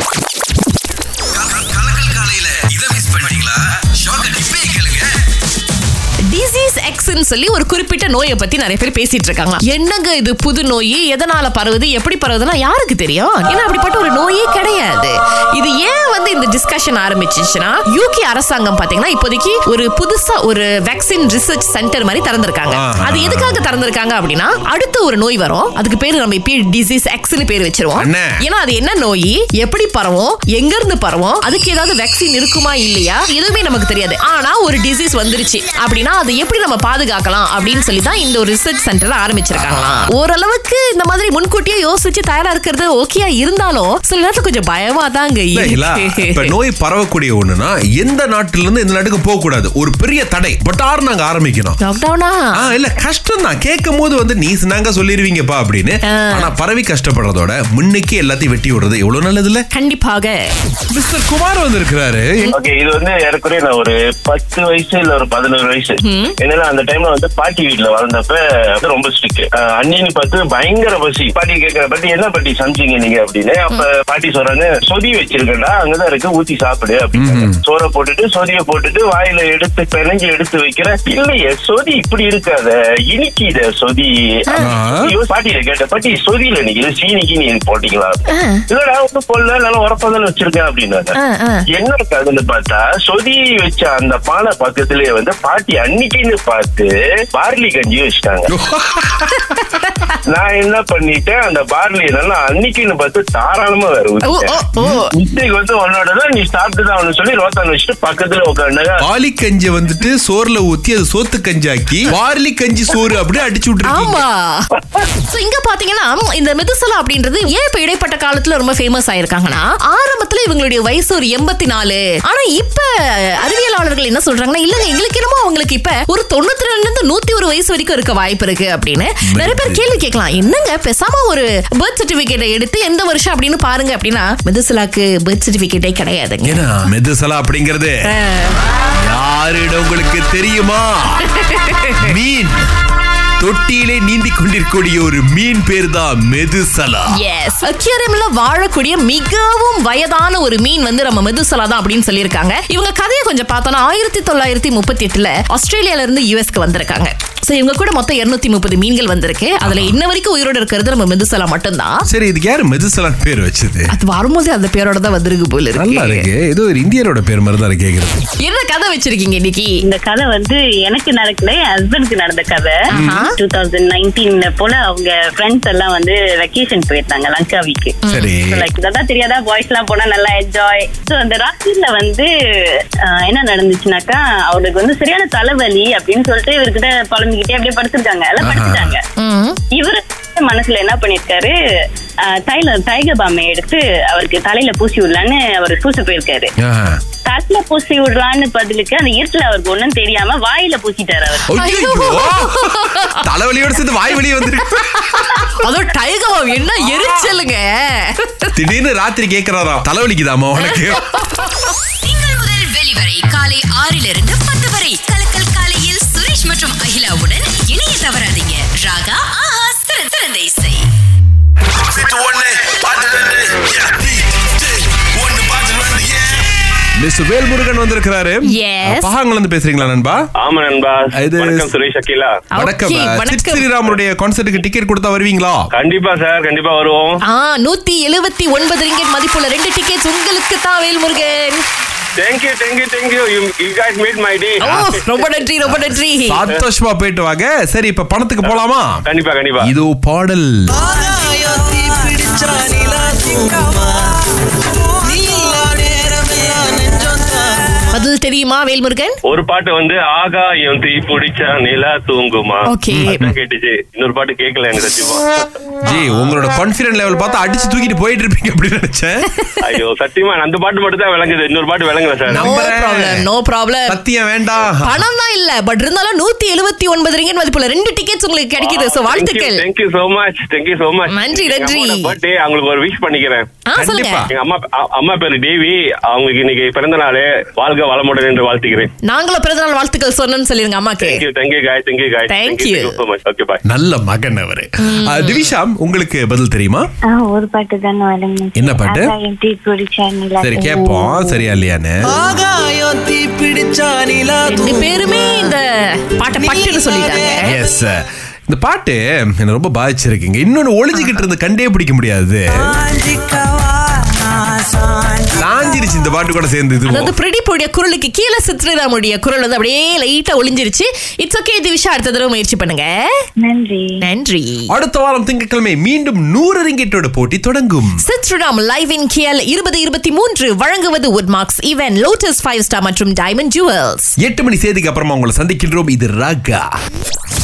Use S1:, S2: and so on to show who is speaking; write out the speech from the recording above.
S1: பிளாக்ஸ்ன்னு சொல்லி ஒரு குறிப்பிட்ட நோயை பத்தி நிறைய பேர் பேசிட்டு இருக்காங்க என்னங்க இது புது நோய் எதனால பரவுது எப்படி பரவுதுன்னா யாருக்கு தெரியும் ஏன்னா அப்படிப்பட்ட ஒரு நோயே கிடையாது இது ஏன் வந்து இந்த டிஸ்கஷன் ஆரம்பிச்சிச்சுன்னா யூகே அரசாங்கம் பாத்தீங்கன்னா இப்போதைக்கு ஒரு புதுசா ஒரு வேக்சின் ரிசர்ச் சென்டர் மாதிரி திறந்திருக்காங்க அது எதுக்காக திறந்திருக்காங்க அப்படின்னா அடுத்த ஒரு நோய் வரும் அதுக்கு பேர் நம்ம இப்பயே டிசீஸ் எக்ஸ்னு பேர் வச்சிருவோம்
S2: அண்ணே.
S1: ஏன்னா அது என்ன நோய் எப்படி பரவும் எங்க இருந்து பரவும் அதுக்கு ஏதாவது வேக்சின் இருக்குமா இல்லையா எதுவுமே நமக்கு தெரியாது ஆனா ஒரு டிசீஸ் வந்துருச்சு அப்படின்னா அதை எப்படி நம்ம பாதுகாக்கலாம் அப்படின்னு சொல்லி தான் இந்த ஒரு ரிசர்ச் சென்டர் ஆரம்பிச்சிருக்காங்களாம் ஓரளவுக்கு இந்த மாதிரி முன்கூட்டியே யோசிச்சு தயாரா இருக்கிறது ஓகேயா இருந்தாலும் சில நேரத்துல கொஞ்சம் பயமா தாங்க
S2: இல்ல, இல்ல. இப்ப நோய் பரவக்கூடிய ஒண்ணுனா எந்த நாட்டுல இருந்து எந்த நாட்டுக்கு போக கூடாது ஒரு பெரிய தடை பட் ஆறு நாங்க ஆரம்பிக்கணும்
S1: லாக்டவுனா
S2: ஆ, இல்ல கஷ்டம் தான் கேட்கும் போது வந்து நீ நாங்க சொல்லிருவீங்கப்பா அப்படின்னு ஆனா பரவி கஷ்டப்படுறதோட முன்னுக்கே எல்லாத்தையும் வெட்டி விடுறது எவ்வளவு நல்லது இல்ல
S1: கண்டிப்பாக
S2: மிஸ்டர் குமார் வந்திருக்கிறாரு
S3: ஓகே இது வந்து ஏறக்குறைய நான் ஒரு பத்து வயசு இல்ல ஒரு பதினோரு வயசு என்னன்னா அந்த டைம்ல வந்து பாட்டி வீட்ல வளர்ந்தப்ப வந்து ரொம்ப ஸ்ட்ரிக்ட் அண்ணின்னு பார்த்து பயங்கர பசி பாட்டி கேட்கிற பாட்டி என்ன பாட்டி சமைச்சீங்க நீங்க அப்படின்னு அப்ப பாட்டி சொல்றாங்க சொதி வச்சிருக்கேன்டா அங்கதான் இருக்கு ஊத்தி சாப்பிடு அப்படின்னு சோறை போட்டுட்டு சொதிய போட்டுட்டு வாயில எடுத்து பிணைஞ்சு எடுத்து வைக்கிற இல்லையே சொதி இப்படி இருக்காத இனிக்கித சொதி
S2: ஆ.
S3: ஐயோ, பாட்டியை கேட்ட பாட்டி சொதியில நிக்கிது சீனிக்கு நீ போட்டீங்களா இல்லடா ஒன்னும் போடல நல்லா உரப்பாதானே வச்சிருக்கேன் அப்படின்னாங்க
S1: ஆ, ஆ.
S3: என்ன கதைன்னு பார்த்தா சொதி வச்ச அந்த பானை பக்கத்திலேயே வந்து பாட்டி அன்னைக்குன்னு பார்த்து பார்லி கஞ்சி வச்சுட்டாங்க நான் என்ன பண்ணிட்டேன் அந்த பார்லி நல்லா அன்னைக்குன்னு பார்த்து தாராளமா வேற
S1: ஓ ஓ
S3: ஊத்திட்டேன்.
S1: ஓ
S3: இன்னைக்கு வந்து உன்னோட தான் நீ சாப்பிட்டு தான் சொல்லி ரோத்தான் வச்சுட்டு பக்கத்துல உட்காந்தாங்க
S2: பாலி கஞ்சி வந்துட்டு சோர்ல ஊத்தி அது சோத்து கஞ்சாக்கி பார்லி கஞ்சி சோறு அப்படியே அடிச்சு விட்டுருக்கீங்க
S1: ஆமா சோ இங்க பாத்தீங்கன்னா இந்த மெதுசலா அப்படின்றது ஏன் இப்ப இடைப்பட்ட காலத்துல ரொம்ப ஃபேமஸ் ஆயிருக்காங்கன்னா ஆரம்பத்துல இவங்களுடைய வயசு ஒரு எண்பத்தி நாலு ஆனா இப்ப அறிவியலாளர்கள் என்ன சொல்றாங்கன்னா இல்லங்க எங்களுக்கு என்னமோ அவங்களுக்கு இப்ப ஒரு தொண்ணூத்தி ரெண்டுல இருந்து நூத்தி ஒரு வயசு வரைக்கும் இருக்க வாய்ப்பு இருக்கு அப்படின்னு நிறைய பேர் கேள்வி கேட்கலாம் என்னங்க பேசாம ஒரு பர்த் சர்டிபிகேட்டை எடுத்து எந்த வருஷம் அப்படின்னு பாருங்க அப்படின்னா மெதுசலாக்கு பர்த் சர்டிபிகேட்டே கிடையாதுங்க
S2: ஏன்னா மெதுசலா அப்படிங்கறது யாரிடம் உங்களுக்கு தெரியுமா மீன் தொட்டியிலே நீந்தி கொண்டிருக்கக்கூடிய ஒரு மீன் பேர் தான் மெதுசலா
S1: எஸ் அக்யூரியம்ல வாழக்கூடிய மிகவும் வயதான ஒரு மீன் வந்து நம்ம மெதுசலா தான் அப்படின்னு சொல்லியிருக்காங்க இவங்க கதையை கொஞ்சம் பார்த்தோம்னா ஆயிரத்தி தொள்ளாயிரத்தி முப்பத்தி எட்டுல ஆஸ்திரேலியால இருந்து யூஎஸ்க்கு வந்திருக்காங்க சோ இவங்க கூட மொத்தம் 230 முப்பது மீன்கள் வந்திருக்கு அதுல இன்ன வரைக்கும் உயிரோட இருக்கிறது நம்ம மெதுசலா மட்டும்தான்
S2: சரி இதுக்கு யாரு மெதுசலான்னு பேர் வச்சது
S1: அது வரும்போது அந்த பேரோட தான் வந்திருக்கு போல
S2: நல்லா
S1: இருக்கு
S2: இருக்கு ஏதோ ஒரு இந்தியரோட பேர் மாதிரி தான் இருக்கு கேக்குறது
S1: என்ன கதை வச்சிருக்கீங்க இன்னைக்கு
S4: இந்த கதை வந்து எனக்கு நடக்கல என் ஹஸ்பண்டுக்கு நடந்த கதை டூ தௌசண்ட் நைன்டீன்ல போல அவங்க ஃப்ரெண்ட்ஸ் எல்லாம் வந்து வெக்கேஷன் போயிருந்தாங்க லங்காவிக்கு
S2: சரி.
S4: லைக் இதெல்லாம் தெரியாதா பாய்ஸ் எல்லாம் போனா நல்லா என்ஜாய் சோ அந்த ராத்திரில வந்து ஆஹ், என்ன நடந்துச்சுனாக்கா அவருக்கு வந்து சரியான தலைவலி அப்படின்னு சொல்லிட்டு இவர்கிட்ட புலம்பிக்கிட்டே அப்படியே படுத்திருக்காங்க எல்லாம்
S2: ஆஹா.
S4: படுத்துட்டாங்க
S1: ம்.
S4: இவரு மனசுல என்ன பண்ணிருக்காரு டைலர் டைகர் பாமை எடுத்து அவருக்கு தலையில பூசி விடலான்னு அவர் பூச போயிருக்காரு
S2: ஆஹா.
S4: தட்டுல பூசி விடுறான்னு பதிலுக்கு அந்த இருட்டுல அவருக்கு ஒண்ணும் தெரியாம வாயில பூசிட்டாரு அவர்
S2: ஐயோ! தலைவலியோட சேர்ந்து வாய் வலியே வந்துருக்கு
S1: அதோ டைகர் என்ன எரிச்சலுங்க
S2: திடீர்னு ராத்திரி கேக்குறாராம் தலைவலிக்குதாமா உனக்கு
S5: திங்கள் முதல் வெளிவரை காலை ஆறிலிருந்து பத்து வரை கலக்கல் காலையில் சுரேஷ் மற்றும் அகிலாவுடன் இணைய தவறாதீங்க ராகா ஆஹா சிறந்த சிறந்த இசை
S2: மிஸ் வேல்முருகன் வந்திருக்கிறாரு
S1: Yes.
S2: பகாங்கல இருந்து பேசுறீங்களா நண்பா
S3: ஆமா நண்பா
S2: இது-
S3: வணக்கம் சுரேஷ் அகிலா
S2: வணக்கம்
S1: Okay, வணக்கம்.
S2: ஸ்ரீராமருடைய கான்சர்ட்டுக்கு டிக்கெட் கொடுத்தா வருவீங்களா
S3: கண்டிப்பா சார் கண்டிப்பா வருவோம்
S1: ஆ நூத்தி எழுபத்தி ஒன்பது ரிங்கெட் மதிப்புள்ள ரெண்டு டிக்கெட்ஸ் உங்களுக்கு தான் Velmurugan
S3: thank you thank you thank you you got made my day
S1: ஓ, ரொம்ப நன்றி ரொம்ப நன்றி
S2: சந்தோஷமா போயிட்டு வாங்க சரி இப்ப பணத்துக்கு போலாமா
S3: கண்டிப்பா கண்டிப்பா
S2: இதோ பாடல்
S6: ஆகாயத்தை பிடிச்சா நிலா சிங்கமா நீலா நேரமெல்லாம் நெஞ்சம் தாங்குமா.
S1: பதில் தெரியுமா வேல்முருகன்
S3: ஒரு பாட்டு வந்து ஆகாயம் தீ பிடிச்சா நிலா தூங்குமா
S1: Okay.
S3: அதான் கேட்டுச்சு இன்னொரு பாட்டு கேட்கல எனக்கு சத்தியமா
S2: ஜி உங்களோட கான்பிடன்ட் லெவல் பார்த்தா அடிச்சு தூக்கிட்டு போயிட்டு இருப்பீங்க அப்படின்னு நினைச்சேன்
S3: ஐயோ சத்தியமா அந்த பாட்டு மட்டும் தான் விளங்குது இன்னொரு பாட்டு விளங்கல சார்
S1: நோ
S2: நம்புறேன்.
S1: ப்ராப்ளம் நோ ப்ராப்ளம்
S2: சத்தியம் வேண்டாம்
S1: பணம் தான் இல்ல பட் இருந்தாலும் நூத்தி எழுபத்தி ஒன்பது ரிங்கெட் மதிப்புள்ள ரெண்டு டிக்கெட்ஸ் உங்களுக்கு கிடைக்குது சோ வாழ்த்துக்கள்
S3: thank you so much thank you so much
S1: நன்றி, நன்றி.
S3: பர்த்டே அவங்களுக்கு ஒரு விஷ் பண்ணிக்கிறேன்
S1: ஆ சொல்லுங்க
S2: கண்டிப்பா.
S3: எங்க அம்மா அ- அம்மா பேரு தேவி அவங்களுக்கு இன்னைக்கு பிறந்த நாளே வாழ்க வளமுடன் என்று வாழ்த்துக்கிறேன்
S1: நாங்களும் பிறந்தநாள் வாழ்த்துக்கள் சொன்னோம்னு சொல்லிருங்க அம்மாக்கு
S3: thank you thank you guy thank you guy
S1: Thank you.
S3: So much okay bye
S2: நல்ல மகன் அவரு அஹ், திவிஷா உங்களுக்கு பதில் தெரியுமா
S7: ஆ, ஒரு பாட்டு தானே வழங்க
S2: என்ன பாட்டு?
S7: என் டீ குடிச்சா நிலா
S2: சரி கேப்போம் சரியா இல்லையான்னு
S6: ஆகாயம் தீப்பிடி பிடிச்சா நிலா
S1: ரெண்டு பேருமே இந்த பாட்டை பட்டுன்னு சொல்லிட்டாங்க
S2: எஸ் இந்த பாட்டு என்ன ரொம்ப பாதிச்சிருக்கீங்க இன்னொன்னு ஒளிஞ்சுக்கிட்டு இருந்து கண்டே பிடிக்க முடியாது
S6: சாஞ்சிக்கவா நான் சாஞ்சி
S2: சாஞ்சிருச்சு இந்த பாட்டு கூட சேர்ந்து
S1: அதாவது
S2: இது
S1: பிரெடிப்புடைய குரலுக்கு கீழே சித்ரதாமுடைய குரல் வந்து அப்படியே லைட்டா ஒளிஞ்சிருச்சு இட்ஸ் ஓகே திவிஷா அடுத்த தடவை முயற்சி பண்ணுங்க
S4: நன்றி
S1: நன்றி
S2: அடுத்த வாரம் திங்கட்கிழமை மீண்டும் நூறு ரிங்கெட்டோட போட்டி தொடங்கும்
S1: சித்ரடாம் லைவ் இன் கியல் இருபது இருபத்தி மூன்று வழங்குவது wood marks even lotus five star மற்றும் டைமண்ட் ஜுவல்ஸ்
S2: எட்டு மணி செய்திக்கு அப்புறமா உங்களை சந்திக்கின்றோம் இது ராகா